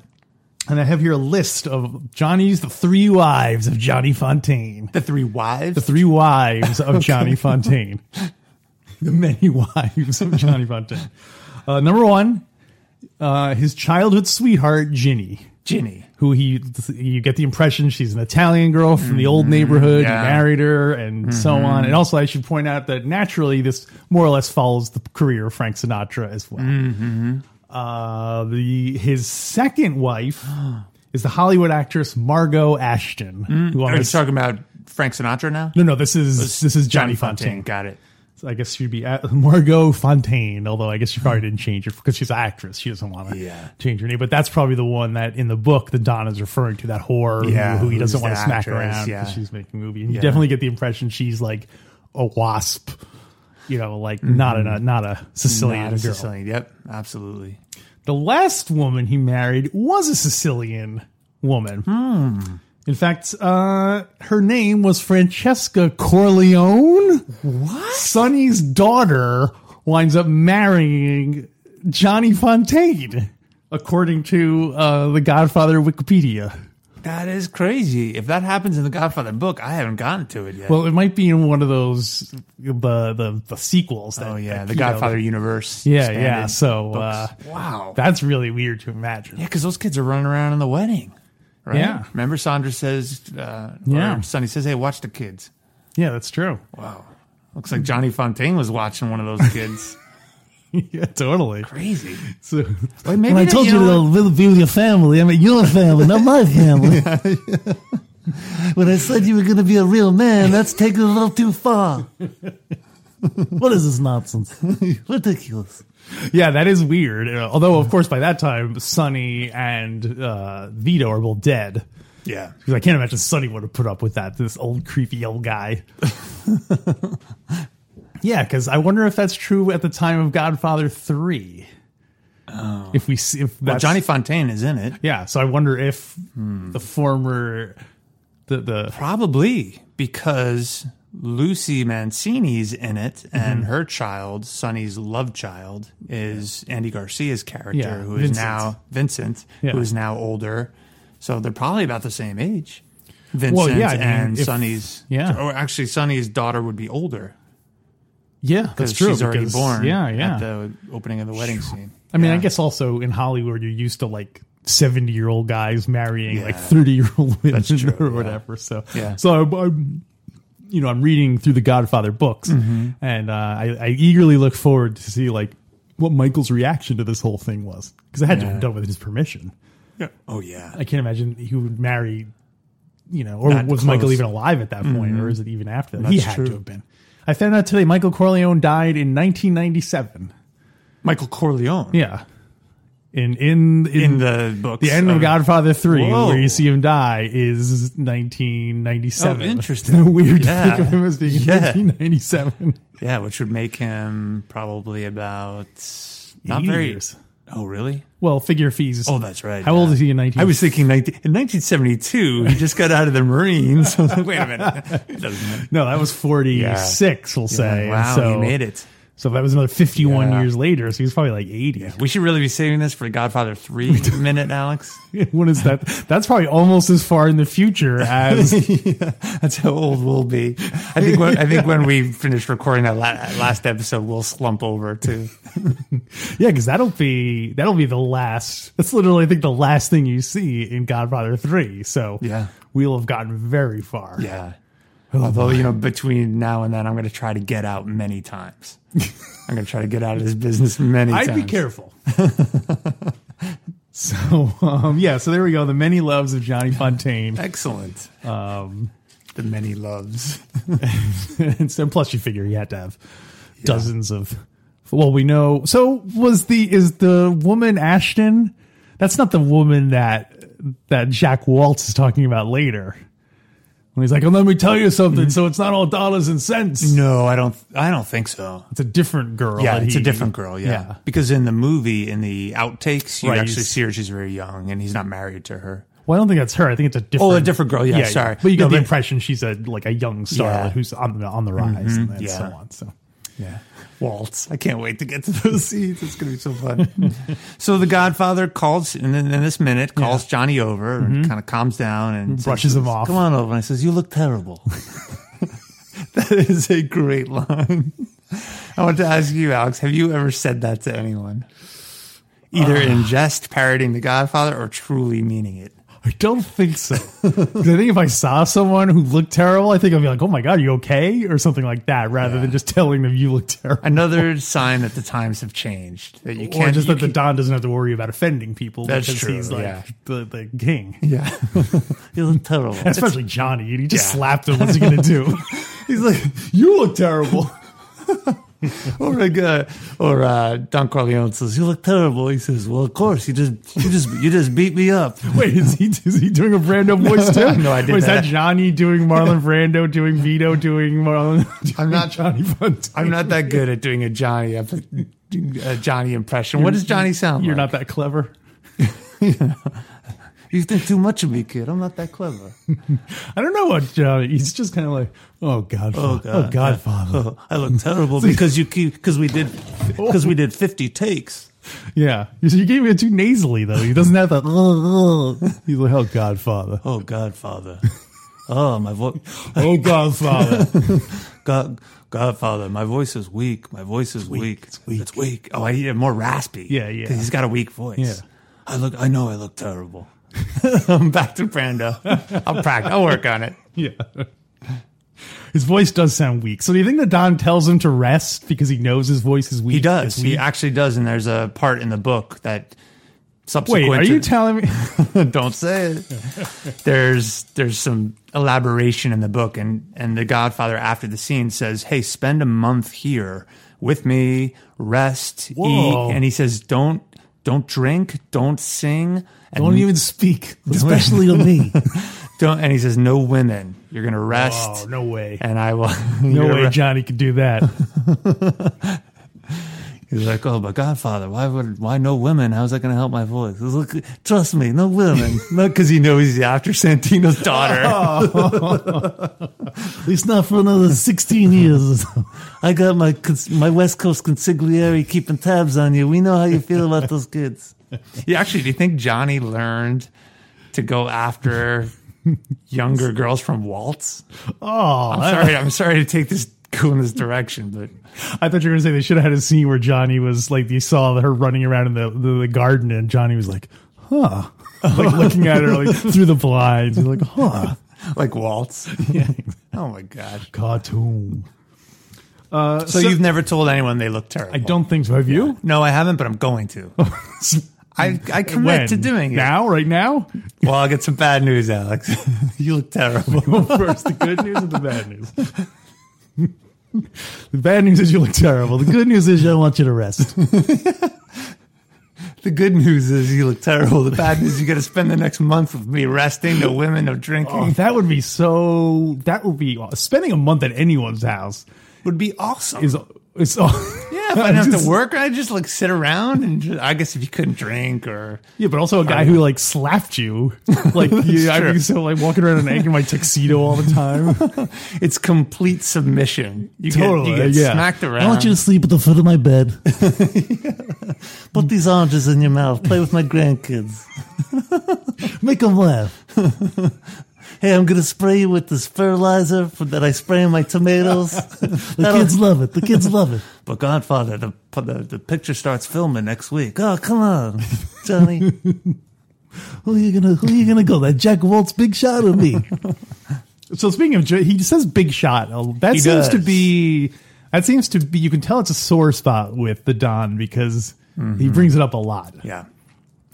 Speaker 2: and I have here a list of Johnny's the three wives of Johnny Fontaine,
Speaker 3: the three wives.
Speaker 2: the three wives of Johnny Fontaine, the many wives of Johnny Fontaine. Uh, number one, uh, his childhood sweetheart Ginny,
Speaker 3: Ginny.
Speaker 2: who he you get the impression she's an Italian girl from the old neighborhood.
Speaker 3: yeah.
Speaker 2: He married her, and so on. And also, I should point out that naturally, this more or less follows the career of Frank Sinatra as well. Uh, the his second wife is the Hollywood actress Margot Ashton, who
Speaker 3: Are you
Speaker 2: always,
Speaker 3: talking about Frank Sinatra now?
Speaker 2: no, no, this is this is Johnny, Fontaine.
Speaker 3: Got it.
Speaker 2: So I guess she'd be at Margot Fontaine, although I guess she probably didn't change it because she's an actress. She doesn't want to
Speaker 3: Hmm. Yeah.
Speaker 2: change her name. But that's probably the one that in the book that Donna's referring to, that whore who-
Speaker 3: Yeah,
Speaker 2: who, he doesn't
Speaker 3: who's
Speaker 2: want to
Speaker 3: the
Speaker 2: smack
Speaker 3: actress,
Speaker 2: around
Speaker 3: yeah.
Speaker 2: because she's making a movie. And you
Speaker 3: Yeah.
Speaker 2: definitely get the impression she's like a wasp, you know, like not a not a Sicilian
Speaker 3: Mm-hmm. Not
Speaker 2: girl.
Speaker 3: a Sicilian. Yep, absolutely.
Speaker 2: The last woman he married was a Sicilian woman.
Speaker 3: Hmm.
Speaker 2: In fact, uh, her name was Francesca Corleone. What? Sonny's daughter winds up marrying Johnny Fontaine, according to uh, the Godfather Wikipedia.
Speaker 3: That is crazy. If that happens in the Godfather book, I haven't gotten to it yet.
Speaker 2: Well, it might be in one of those the the, the sequels. That,
Speaker 3: oh yeah,
Speaker 2: that,
Speaker 3: the
Speaker 2: you know,
Speaker 3: Godfather universe.
Speaker 2: Yeah,
Speaker 3: expanded
Speaker 2: yeah. So uh,
Speaker 3: books. wow,
Speaker 2: that's really weird to imagine.
Speaker 3: yeah, because those kids are running around in the wedding. Right?
Speaker 2: Yeah.
Speaker 3: Remember, Sandra says, uh,
Speaker 2: Yeah.
Speaker 3: or Sonny says, "Hey, watch the kids."
Speaker 2: Yeah, that's true.
Speaker 3: Wow, looks
Speaker 2: Mm.
Speaker 3: like Johnny Fontaine was watching one of those kids.
Speaker 2: yeah, totally.
Speaker 3: crazy.
Speaker 2: So
Speaker 3: Wait, maybe
Speaker 1: When I
Speaker 3: they-
Speaker 1: told
Speaker 3: you
Speaker 1: you
Speaker 3: know
Speaker 1: to
Speaker 3: what?
Speaker 1: really be with your family, I mean your family, not my family.
Speaker 4: When I said you were going to be a real man, that's taking it a little too far.
Speaker 1: what is this nonsense?
Speaker 4: Ridiculous.
Speaker 2: yeah, that is weird. Uh, Although, of course, by that time, Sonny and uh, Vito are both dead.
Speaker 3: yeah,
Speaker 2: Because I can't imagine Sonny would have put up with that. This old creepy old guy. yeah, because I wonder if that's true at the time of Godfather Three. If we see if that's
Speaker 3: Oh. well, Johnny Hmm. Fontaine is in it.
Speaker 2: yeah, so I wonder if the former the the
Speaker 3: Probably because Lucy Mancini's in it, and
Speaker 2: Mm-hmm.
Speaker 3: her child, Sonny's love child, is Andy Garcia's character,
Speaker 2: Yeah,
Speaker 3: who is
Speaker 2: Vincent.
Speaker 3: now Vincent,
Speaker 2: Yeah.
Speaker 3: who is now older. So they're probably about the same age. Vincent
Speaker 2: Well, yeah, I mean,
Speaker 3: and
Speaker 2: if-
Speaker 3: Sonny's,
Speaker 2: yeah.
Speaker 3: or actually Sonny's daughter would be older
Speaker 2: yeah
Speaker 3: because
Speaker 2: that's true
Speaker 3: she's already
Speaker 2: because-
Speaker 3: born.
Speaker 2: yeah yeah
Speaker 3: at the opening of the wedding scene.
Speaker 2: I mean, I
Speaker 3: Yeah.
Speaker 2: guess also in Hollywood, you're used to like 70 year old guys marrying like
Speaker 3: Yeah.
Speaker 2: 30 year old women
Speaker 3: true,
Speaker 2: or
Speaker 3: yeah.
Speaker 2: whatever. So,
Speaker 3: Yeah.
Speaker 2: so I'm, I'm, you know, I'm reading through the Godfather books and uh, I, I eagerly look forward to see like what Michael's reaction to this whole thing was because I had to have
Speaker 3: Yeah.
Speaker 2: been done with his permission.
Speaker 3: oh yeah,
Speaker 2: I can't imagine he would marry, you know, or
Speaker 3: Not
Speaker 2: was
Speaker 3: close.
Speaker 2: Michael even alive at that point or is it even after that? he
Speaker 3: That's
Speaker 2: had
Speaker 3: true.
Speaker 2: to have been. I found out today Michael Corleone died in 1997.
Speaker 3: Michael Corleone
Speaker 2: Yeah. In in in,
Speaker 3: in the books.
Speaker 2: the end of
Speaker 3: of-
Speaker 2: Godfather Three,
Speaker 3: Whoa.
Speaker 2: where you see him die, is 1997.
Speaker 3: Oh, interesting.
Speaker 2: Weird to
Speaker 3: Yeah.
Speaker 2: think of him as being in
Speaker 3: Yeah.
Speaker 2: 1997.
Speaker 3: Yeah, which would make him probably about not very.
Speaker 2: Years.
Speaker 3: Oh, really?
Speaker 2: Well, figure fees.
Speaker 3: Oh, that's right.
Speaker 2: How old is he in 19?
Speaker 3: I was thinking 19, in 1972. He just got out of the Marines. Wait a minute. Doesn't
Speaker 2: No, that was 46. We'll say.
Speaker 3: it?
Speaker 2: And
Speaker 3: Wow,
Speaker 2: so,
Speaker 3: he made it.
Speaker 2: So that was another 51
Speaker 3: Yeah.
Speaker 2: years later. So he was probably like 80.
Speaker 3: We should really be saving this for the Godfather three minute, Alex.
Speaker 2: when is that? That's probably almost as far in the future as
Speaker 3: That's how old we'll be. I think. When, I think when we finish recording that la- last episode, we'll slump over too.
Speaker 2: Yeah, because that'll be that'll be the last. That's literally, I think, the last thing you see in Godfather Three. So
Speaker 3: Yeah.
Speaker 2: we'll have gotten very far.
Speaker 3: Yeah. Although you know, between now and then, I'm going to try to get out many times. I'm going to try to get out of this business many
Speaker 2: I'd
Speaker 3: times.
Speaker 2: be careful. so um, yeah, so there we go. The many loves of Johnny Fontaine.
Speaker 3: Excellent.
Speaker 2: Um,
Speaker 3: The many loves.
Speaker 2: and so plus, you figure you had to have dozens of. Well, we know. So was the is the woman Ashton? That's not the woman that that Jack Waltz is talking about later. When he's like, "Oh, let me tell you something." So it's not all dollars and cents.
Speaker 3: Mm-hmm. No, I don't. I don't think so.
Speaker 2: It's a different girl.
Speaker 3: Yeah,
Speaker 2: that
Speaker 3: it's a
Speaker 2: he-
Speaker 3: different girl. Yeah.
Speaker 2: yeah.
Speaker 3: because in the movie, in the outtakes, you
Speaker 2: Right,
Speaker 3: actually
Speaker 2: he's-
Speaker 3: see her. She's very young, and he's not married to her.
Speaker 2: Well, I don't think that's her. I think it's a different.
Speaker 3: Oh, a different girl. Yeah, sorry.
Speaker 2: But you get
Speaker 3: No,
Speaker 2: the
Speaker 3: but-
Speaker 2: impression she's a like a young star
Speaker 3: Yeah. Mm-hmm.
Speaker 2: who's on the on the rise and, and
Speaker 3: yeah.
Speaker 2: so on. So
Speaker 3: Yeah. Waltz. I can't wait to get to those scenes. It's going to be so fun. so the Godfather calls, and then in this minute, calls Johnny over and kind of calms down and
Speaker 2: Mm-hmm. Brushes
Speaker 3: says,
Speaker 2: him off.
Speaker 3: Come on over. And he says, You look terrible. that is a great line. I want to ask you, Alex, have you ever said that to anyone? Either
Speaker 2: Uh.
Speaker 3: in jest, parroting the Godfather, or truly meaning it.
Speaker 2: I don't think so. 'Cause I think if I saw someone who looked terrible, I think I'd be like, "Oh my god, you okay?" or something like that, rather than just telling them you look terrible.
Speaker 3: Another sign that the times have changed. That you
Speaker 2: or
Speaker 3: can't
Speaker 2: just
Speaker 3: you
Speaker 2: that the
Speaker 3: can't-
Speaker 2: Don doesn't have to worry about offending people
Speaker 3: That's
Speaker 2: because
Speaker 3: true,
Speaker 2: he's like
Speaker 3: yeah.
Speaker 2: the, the king.
Speaker 3: Yeah. you look terrible.
Speaker 2: Especially Johnny. He just
Speaker 3: Yeah.
Speaker 2: slapped him. What's he gonna do? he's like, You look terrible.
Speaker 3: or like, uh, or uh, Don Corleone says, "You look terrible." He says, "Well, of course you just you just you just beat me up."
Speaker 2: Wait, is he is he doing a Brando voice too?
Speaker 3: No, I did
Speaker 2: Or is that
Speaker 3: that.
Speaker 2: Johnny doing Marlon Brando doing Vito doing Marlon?
Speaker 3: I'm not-
Speaker 2: Johnny Fontaine.
Speaker 3: I'm not that good at doing a Johnny a, a Johnny impression. What does Johnny sound
Speaker 2: You're
Speaker 3: like?
Speaker 2: not that clever.
Speaker 3: You think too much of me, kid. I'm not that clever.
Speaker 2: I don't know what Johnny. He's just kind of like, oh god, oh,
Speaker 4: God.
Speaker 2: Godfather.
Speaker 4: Oh, I look terrible because you keep because we did because we did fifty takes.
Speaker 2: Yeah, you, you gave it too nasally though. He doesn't have that. He's like, oh Godfather,
Speaker 4: Oh Godfather. Oh my voice.
Speaker 2: oh Godfather.
Speaker 4: God, Godfather. My voice is weak. My voice is weak. It's weak. It's weak.
Speaker 3: Oh, I hear more raspy.
Speaker 2: Yeah, yeah.
Speaker 3: 'Cause He's got a weak voice.
Speaker 2: Yeah.
Speaker 4: I look. I know I look terrible.
Speaker 3: I'm back to Brando. I'll practice. I'll work on it.
Speaker 2: yeah. His voice does sound weak. So do you think that Don tells him to rest because he knows his voice is weak?
Speaker 3: He does.
Speaker 2: It's
Speaker 3: He
Speaker 2: weak?
Speaker 3: actually does. And there's a part in the book that
Speaker 2: Wait,
Speaker 3: subsequent.
Speaker 2: are
Speaker 3: to-
Speaker 2: you telling me?
Speaker 3: don't say it. there's there's some elaboration in the book, and and the Godfather after the scene says, "Hey, spend a month here with me, rest,
Speaker 2: Whoa.
Speaker 3: eat," and he says, "Don't don't drink, don't sing, and
Speaker 1: Don't even speak, especially to me.
Speaker 3: don't." And he says, "No women. You're gonna rest."
Speaker 2: Oh, no way.
Speaker 3: And I will.
Speaker 2: No
Speaker 3: you're
Speaker 2: way
Speaker 3: right.
Speaker 2: Johnny could do that.
Speaker 4: He's like, oh, but Godfather, why would why no women? How's that going to help my voice? He's like, Look, trust me, no women.
Speaker 3: Not because he knows he's after Santino's daughter.
Speaker 1: At least not for another 16 years.
Speaker 4: I got my cons- my West Coast consigliere keeping tabs on you. We know how you feel about those kids.
Speaker 3: yeah, actually, do you think Johnny learned to go after younger girls from Waltz?
Speaker 2: Oh,
Speaker 3: I'm sorry. I'm sorry to take this go in this direction, but
Speaker 2: I thought you were gonna say they should have had a scene where Johnny was like they saw her running around in the, the, the garden and Johnny was like, huh. like looking at her like through the blinds. He's like, huh.
Speaker 3: like Waltz. Oh my god.
Speaker 2: Cartoon. Uh,
Speaker 3: So, you've never told anyone they look terrible?
Speaker 2: I don't think so. Have you?
Speaker 3: No, I haven't, but I'm going to. I I commit
Speaker 2: When?
Speaker 3: to doing it.
Speaker 2: Now, right now?
Speaker 3: Well, I'll get some bad news, Alex. you look terrible.
Speaker 2: First, the good news and the bad news. the bad news is you look terrible. The good news is I want you to rest.
Speaker 3: The good news is you look terrible. The bad news is you got to spend the next month with me resting, no women, no drinking.
Speaker 2: Oh, that would be so. That would be spending a month at anyone's house
Speaker 3: would be awesome.
Speaker 2: is is.
Speaker 3: yeah, if I don't have to work, I just like sit around and just, I guess if you couldn't drink or
Speaker 2: Yeah, but also a guy who like slapped you, like yeah, I'd be
Speaker 3: true.
Speaker 2: so like walking around naked in my tuxedo all the time.
Speaker 3: it's complete submission. You
Speaker 2: Totally,
Speaker 3: get, you get
Speaker 2: yeah.
Speaker 3: smacked around.
Speaker 1: I want you to sleep at the foot of my bed.
Speaker 4: Put these oranges in your mouth. Play with my grandkids.
Speaker 1: Make them laugh.
Speaker 4: Hey, I'm going to spray you with this fertilizer for, that I spray in my tomatoes.
Speaker 1: The kids love it. The kids love it.
Speaker 4: But Godfather, the, the the picture starts filming next week. Oh, come on, Johnny.
Speaker 1: Who are you gonna? Who are you gonna go? That Jack Waltz big shot or me?
Speaker 2: So speaking of, J- he says big shot. Uh, That
Speaker 3: He
Speaker 2: seems to
Speaker 3: does.
Speaker 2: be that seems to be. You can tell it's a sore spot with the Don because he brings it up a lot.
Speaker 3: Mm-hmm. yeah,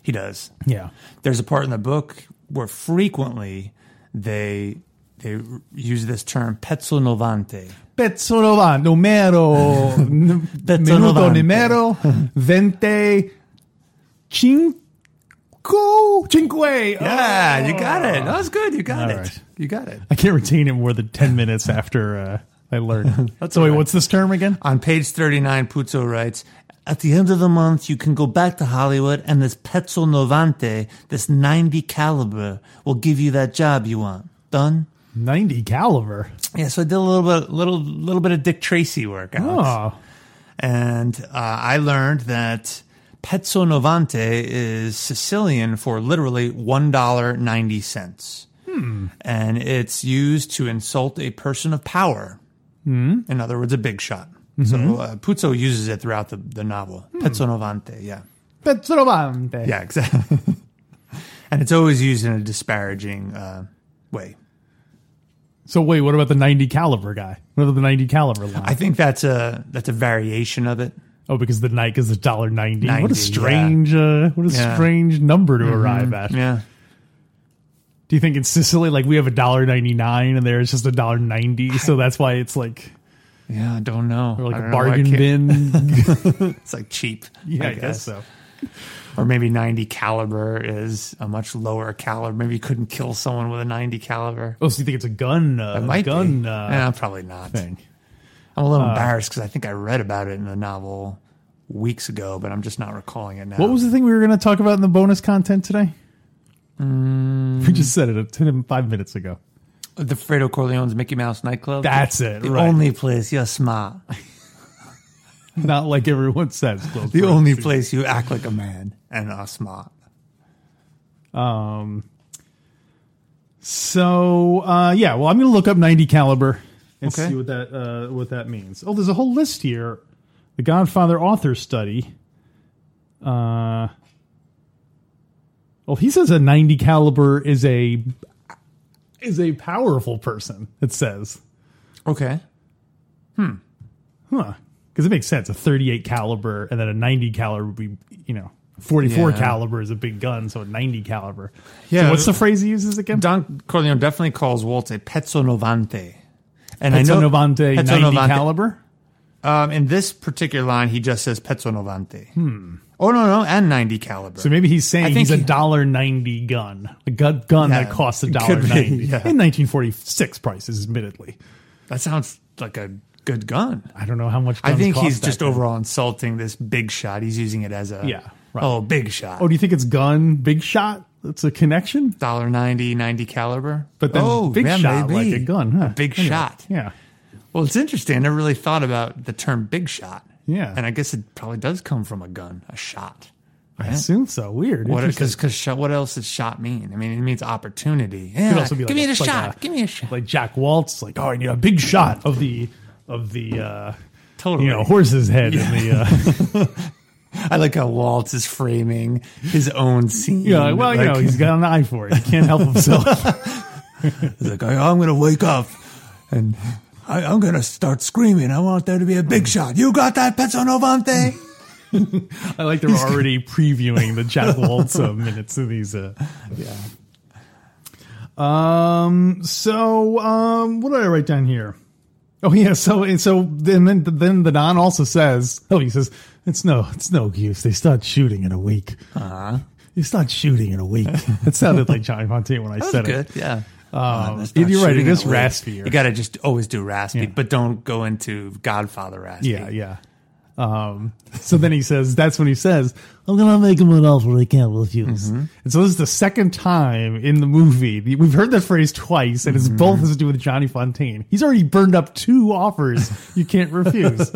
Speaker 3: he does.
Speaker 2: Yeah,
Speaker 3: there's a part in the book where frequently they they use this term pezzo novante.
Speaker 2: pezzo nova numero n-
Speaker 4: Pezzo
Speaker 2: minuto
Speaker 4: novante.
Speaker 2: numero vente cinco cinque.
Speaker 3: Yeah, Ah, you got it. That was good. You got it.
Speaker 2: right.
Speaker 3: You got it.
Speaker 2: I can't retain it more than ten minutes after uh, I learn. so wait, what's this term again?
Speaker 3: On page 39, Puzo writes,
Speaker 4: At the end of the month, you can go back to Hollywood, and this Petzl Novante, this 90 caliber, will give you that job you want. Done?
Speaker 2: 90 caliber.
Speaker 3: Yeah, so I did a little bit, little, little bit of Dick Tracy work, Alex.
Speaker 2: Oh,
Speaker 3: and uh, I learned that pezzo novante is Sicilian for literally one dollar ninety cents,
Speaker 2: Hmm.
Speaker 3: and it's used to insult a person of power.
Speaker 2: Hmm.
Speaker 3: In other words, a big shot.
Speaker 2: Mm-hmm.
Speaker 3: So uh, Puzzo uses it throughout the, the novel.
Speaker 2: Hmm.
Speaker 3: Pezzo novante, yeah.
Speaker 2: Petrovante.
Speaker 3: Yeah, exactly. and it's always used in a disparaging uh, way.
Speaker 2: So wait, what about the 90 caliber guy? What about the 90 caliber line?
Speaker 3: I think that's a that's a variation of it.
Speaker 2: oh, because the Nike is a dollar ninety. What
Speaker 3: 90,
Speaker 2: a strange, uh, what a
Speaker 3: Yeah. Mm-hmm.
Speaker 2: strange number to arrive at.
Speaker 3: Yeah.
Speaker 2: Do you think in Sicily, like we have a dollar ninety nine, and there it's just a dollar ninety, so that's why it's like
Speaker 3: Yeah, I don't know.
Speaker 2: or
Speaker 3: I
Speaker 2: like
Speaker 3: don't know.
Speaker 2: a
Speaker 3: I
Speaker 2: bargain
Speaker 3: can't-
Speaker 2: bin?
Speaker 3: It's like cheap.
Speaker 2: yeah, I, guess. so.
Speaker 3: Or maybe 90 caliber is a much lower caliber. Maybe you couldn't kill someone with a 90 caliber.
Speaker 2: Oh, so you think it's a gun? Uh,
Speaker 3: It might
Speaker 2: gun
Speaker 3: be.
Speaker 2: Uh,
Speaker 3: Yeah, probably not.
Speaker 2: thing. Uh,
Speaker 3: I'm a little embarrassed because I think I read about it in the novel weeks ago, but I'm just not recalling it now.
Speaker 2: What was the thing we were going to talk about in the bonus content today?
Speaker 3: Mm.
Speaker 2: We just said it uh, ten five minutes ago.
Speaker 3: the Fredo Corleone's Mickey Mouse nightclub?
Speaker 2: That's it,
Speaker 3: The
Speaker 2: right.
Speaker 3: only place you're smart.
Speaker 2: Not like everyone says. close
Speaker 3: The only
Speaker 2: parentheses.
Speaker 3: place you act like a man and are smart.
Speaker 2: So uh, yeah, well, I'm gonna look up 90 caliber and
Speaker 3: Okay.
Speaker 2: see what that uh, what that means. Oh, there's a whole list here. The Godfather author study. Uh, well, he says a 90 caliber is a is a powerful person. It says,
Speaker 3: Okay.
Speaker 2: huh? Because it makes sense. A 38 caliber and then a 90 caliber would be, you know, 44
Speaker 3: Yeah.
Speaker 2: caliber is a big gun. So a 90 caliber. Yeah.
Speaker 3: Yeah.
Speaker 2: So what's the phrase he uses again?
Speaker 3: Don Corleone definitely calls Waltz a pezzo novante. And
Speaker 2: Pezzo
Speaker 3: I know
Speaker 2: Novante 90
Speaker 3: Pezzo Novante.
Speaker 2: caliber.
Speaker 3: Um, in this particular line, he just says pezzo novante. Hmm. Oh no, no, and ninety caliber.
Speaker 2: So maybe he's saying
Speaker 3: I think
Speaker 2: he's a
Speaker 3: he-
Speaker 2: dollar ninety gun, a gun, gun
Speaker 3: Yeah,
Speaker 2: that costs a
Speaker 3: it
Speaker 2: dollar
Speaker 3: could be,
Speaker 2: ninety
Speaker 3: yeah.
Speaker 2: in 1946 prices, admittedly.
Speaker 3: that sounds like a good gun.
Speaker 2: I don't know how much.
Speaker 3: I
Speaker 2: guns
Speaker 3: think
Speaker 2: cost
Speaker 3: he's
Speaker 2: back
Speaker 3: just
Speaker 2: then.
Speaker 3: overall insulting this big shot. He's using it as a
Speaker 2: Yeah, right.
Speaker 3: Oh, big shot.
Speaker 2: Oh, do you think it's gun big shot? That's a connection.
Speaker 3: Dollar ninety, ninety caliber.
Speaker 2: But then
Speaker 3: oh,
Speaker 2: big
Speaker 3: yeah,
Speaker 2: shot
Speaker 3: maybe.
Speaker 2: like a gun, huh?
Speaker 3: A big
Speaker 2: Anyway,
Speaker 3: shot.
Speaker 2: Yeah,
Speaker 3: Well, it's interesting. I never really thought about the term big shot.
Speaker 2: Yeah.
Speaker 3: and I guess it probably does come from a gun, a shot.
Speaker 2: I assume so. Weird.
Speaker 3: What
Speaker 2: Interesting.
Speaker 3: because because what else does shot mean? I mean, it means opportunity. Yeah,
Speaker 2: Could also be
Speaker 3: give
Speaker 2: like
Speaker 3: me
Speaker 2: a-
Speaker 3: the
Speaker 2: like
Speaker 3: shot.
Speaker 2: a-
Speaker 3: give me a shot.
Speaker 2: like Jack Waltz, like oh, I need a big shot of the of the uh,
Speaker 3: Totally.
Speaker 2: you know horse's head and the uh,
Speaker 3: I like how Waltz is framing his own scene.
Speaker 2: you know, well, you
Speaker 3: Like,
Speaker 2: know, he's got an eye for it. He can't help himself.
Speaker 3: he's like, "I- I'm going to wake up and I, I'm going to start screaming. I want there to be a
Speaker 2: Mm.
Speaker 3: big shot. You got that, Pezzo Novante?
Speaker 2: I like they're already previewing the Jack Waltz uh, minutes of these. Uh, yeah. Um. So, um, what did I write down here? Oh yeah. So and so then then then the Don also says. Oh, he says it's no it's no use. They start shooting in a week. Uh-huh. You start shooting in a week. It sounded like Johnny Fontaine when I
Speaker 3: That's
Speaker 2: said
Speaker 3: good.
Speaker 2: it.
Speaker 3: Yeah.
Speaker 2: Um,
Speaker 3: That's
Speaker 2: you're
Speaker 3: not
Speaker 2: right. It
Speaker 3: shooting
Speaker 2: is
Speaker 3: away.
Speaker 2: raspier.
Speaker 3: You got to just always do raspy,
Speaker 2: Yeah.
Speaker 3: but don't go into Godfather raspy.
Speaker 2: yeah. Yeah. Um. So then he says. That's when he says.
Speaker 1: I'm gonna make him an offer I can't refuse.
Speaker 3: Mm-hmm.
Speaker 2: And so this is the second time in the movie the- we've heard that phrase twice, and it's
Speaker 3: Mm-hmm.
Speaker 2: both has to do with Johnny Fontaine. He's already burned up two offers you can't refuse.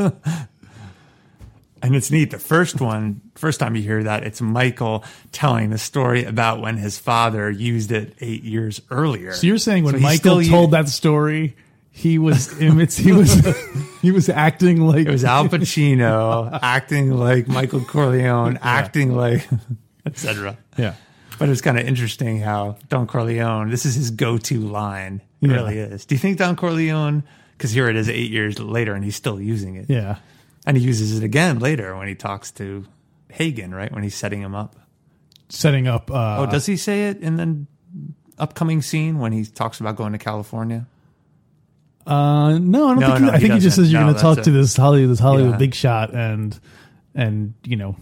Speaker 3: And it's neat. The first one, first time you hear that, it's Michael telling the story about when his father used it eight years earlier.
Speaker 2: so you're saying when
Speaker 3: So he
Speaker 2: Michael
Speaker 3: still u-
Speaker 2: told that story, he was it's, he was he was acting like
Speaker 3: It was Al Pacino acting like Michael Corleone, acting like etc.
Speaker 2: yeah.
Speaker 3: But it's kind of interesting how Don Corleone, this is his go-to line. It
Speaker 2: Yeah.
Speaker 3: really is. Do you think Don Corleone? Because here it is, eight years later, and he's still using it.
Speaker 2: Yeah.
Speaker 3: and he uses it again later when he talks to Hagen, right? When he's setting him up.
Speaker 2: Setting up uh
Speaker 3: Oh, does he say it in the upcoming scene when he talks about going to California?
Speaker 2: uh, no, I don't
Speaker 3: No,
Speaker 2: think
Speaker 3: no,
Speaker 2: he, I
Speaker 3: he
Speaker 2: think he just
Speaker 3: doesn't.
Speaker 2: says you're
Speaker 3: No,
Speaker 2: gonna talk
Speaker 3: that's
Speaker 2: to
Speaker 3: it.
Speaker 2: this Hollywood this Hollywood
Speaker 3: Yeah.
Speaker 2: big shot and and you know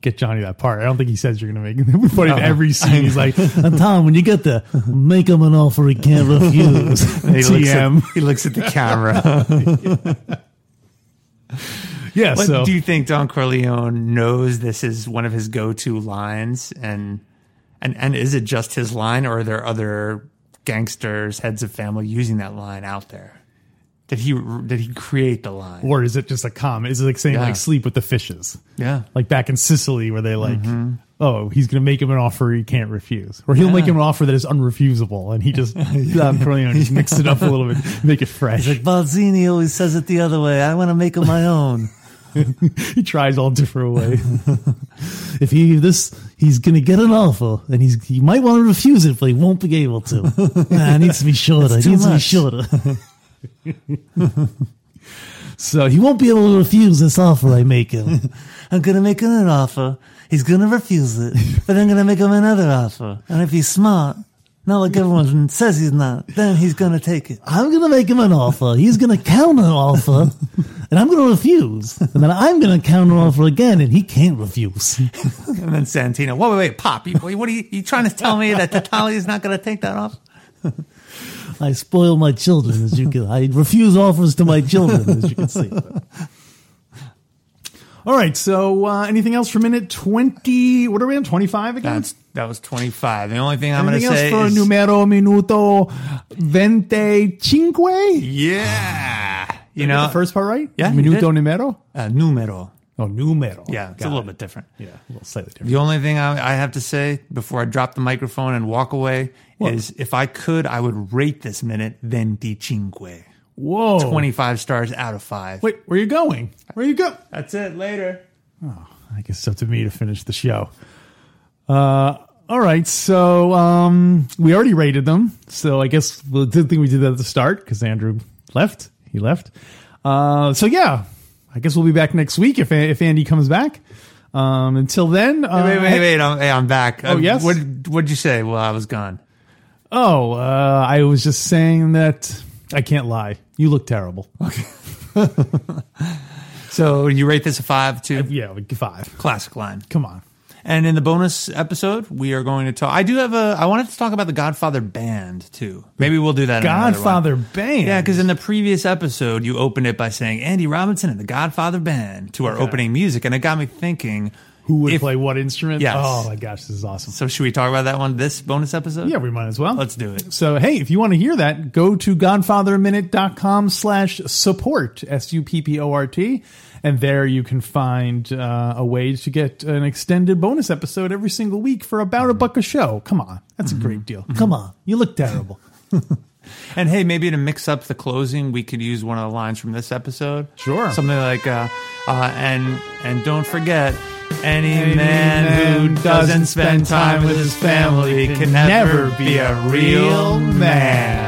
Speaker 2: get Johnny that part. I don't think he says you're gonna make it. We
Speaker 3: Uh-huh.
Speaker 2: put in every scene he's like
Speaker 1: And Tom, when you get there, make him an offer he can't refuse.
Speaker 3: And he looks
Speaker 2: TM.
Speaker 3: At, he looks at the camera.
Speaker 2: Yeah,
Speaker 3: But
Speaker 2: so
Speaker 3: do you think Don Corleone knows this is one of his go-to lines, and and and is it just his line, or are there other gangsters, heads of family using that line out there? Did he did he create the line?
Speaker 2: Or is it just a comment? Is it like saying
Speaker 3: Yeah.
Speaker 2: like sleep with the fishes?
Speaker 3: Yeah. Mm-hmm.
Speaker 2: Like back in Sicily where they like, oh, he's going to make him an offer he can't refuse. Or he'll make him an offer that is unrefusable. And he just, Don Corleone just mix it up a little bit, make it fresh.
Speaker 4: Like Balzini always says it the other way. I want to make him my own.
Speaker 2: he tries all different ways.
Speaker 1: If he this, he's gonna get an offer, and he's he might want to refuse it, but he won't be able to. nah, it needs to be shorter. It
Speaker 4: too
Speaker 1: needs to be
Speaker 4: much.
Speaker 1: shorter. so he won't be able to refuse this offer I make him.
Speaker 4: I'm going to make him an offer. He's going to refuse it, but I'm going to make him another offer. And if he's smart, not like everyone says he's not, then he's going to take it.
Speaker 1: I'm gonna make him an offer. He's gonna counter offer, and I'm gonna refuse. And then I'm gonna counter offer again, and he can't refuse.
Speaker 3: And then Santino, whoa, wait, wait, pop! You, what are you, you trying to tell me that Tatali is not going to take that off?
Speaker 1: I spoil my children, as you can. I refuse offers to my children, as you can see.
Speaker 2: all right. So uh, anything else for minute 20? What are we on? 25 again?
Speaker 3: That's that was twenty five. The only thing I'm going to
Speaker 2: Anything else
Speaker 3: say
Speaker 2: for
Speaker 3: is
Speaker 2: numero minuto 25?
Speaker 3: yeah. You
Speaker 2: You
Speaker 3: know,
Speaker 2: know, the first part right?
Speaker 3: Yeah, you
Speaker 2: Minuto
Speaker 3: did.
Speaker 2: numero?
Speaker 3: uh, numero.
Speaker 2: Oh, numero.
Speaker 3: Yeah, it's
Speaker 2: Got
Speaker 3: a little
Speaker 2: it.
Speaker 3: bit different.
Speaker 2: Yeah, a little slightly different.
Speaker 3: The only thing I, I have to say before I drop the microphone and walk away is if I could, I would rate this minute venticinque.
Speaker 2: Whoa.
Speaker 3: 25 stars out of 5.
Speaker 2: Oh. Wait, where you going? Where you go?
Speaker 3: That's it. Later.
Speaker 2: I guess it's up to me to finish the show. Uh, all right, so um, we already rated them. So I guess the good thing we did that at the start because Andrew left. He left. Uh, so yeah, I guess we'll be back next week if if Andy comes back. Um, until then, uh,
Speaker 3: Wait, wait, wait. I'm, hey, I'm back. Oh,
Speaker 2: yes?
Speaker 3: What, what'd you say while I was gone?
Speaker 2: Oh, uh, I was just saying that I can't lie. You look terrible.
Speaker 3: So you rate this a 5 too?
Speaker 2: Yeah, like five.
Speaker 3: Classic line.
Speaker 2: Come on.
Speaker 3: And in the bonus episode, we are going to talk. I do have a. I wanted to talk about the Godfather band too. Maybe we'll do that. in another one.
Speaker 2: Godfather Band.
Speaker 3: Yeah, because in the previous episode, you opened it by saying Andy Robinson and the Godfather Band to our opening music, and it got me thinking.
Speaker 2: who would
Speaker 3: if-
Speaker 2: play what instrument?
Speaker 3: Yes.
Speaker 2: Oh my gosh, this is awesome.
Speaker 3: So should we talk about that one this bonus episode?
Speaker 2: Yeah, we might as well.
Speaker 3: Let's do it.
Speaker 2: So, hey, if you want to hear that, go to godfatherminute.com slash support, S-U-P-P-O-R-T. And there you can find uh, a way to get an extended bonus episode every single week for about a buck a show. Come on. That's
Speaker 3: Mm-hmm.
Speaker 2: a great deal. Come on. You look terrible.
Speaker 3: And hey, maybe to mix up the closing, we could use one of the lines from this episode.
Speaker 2: Sure.
Speaker 3: Something like, uh, uh, and and don't forget, any, man, who doesn't spend time with his family can never be a real man.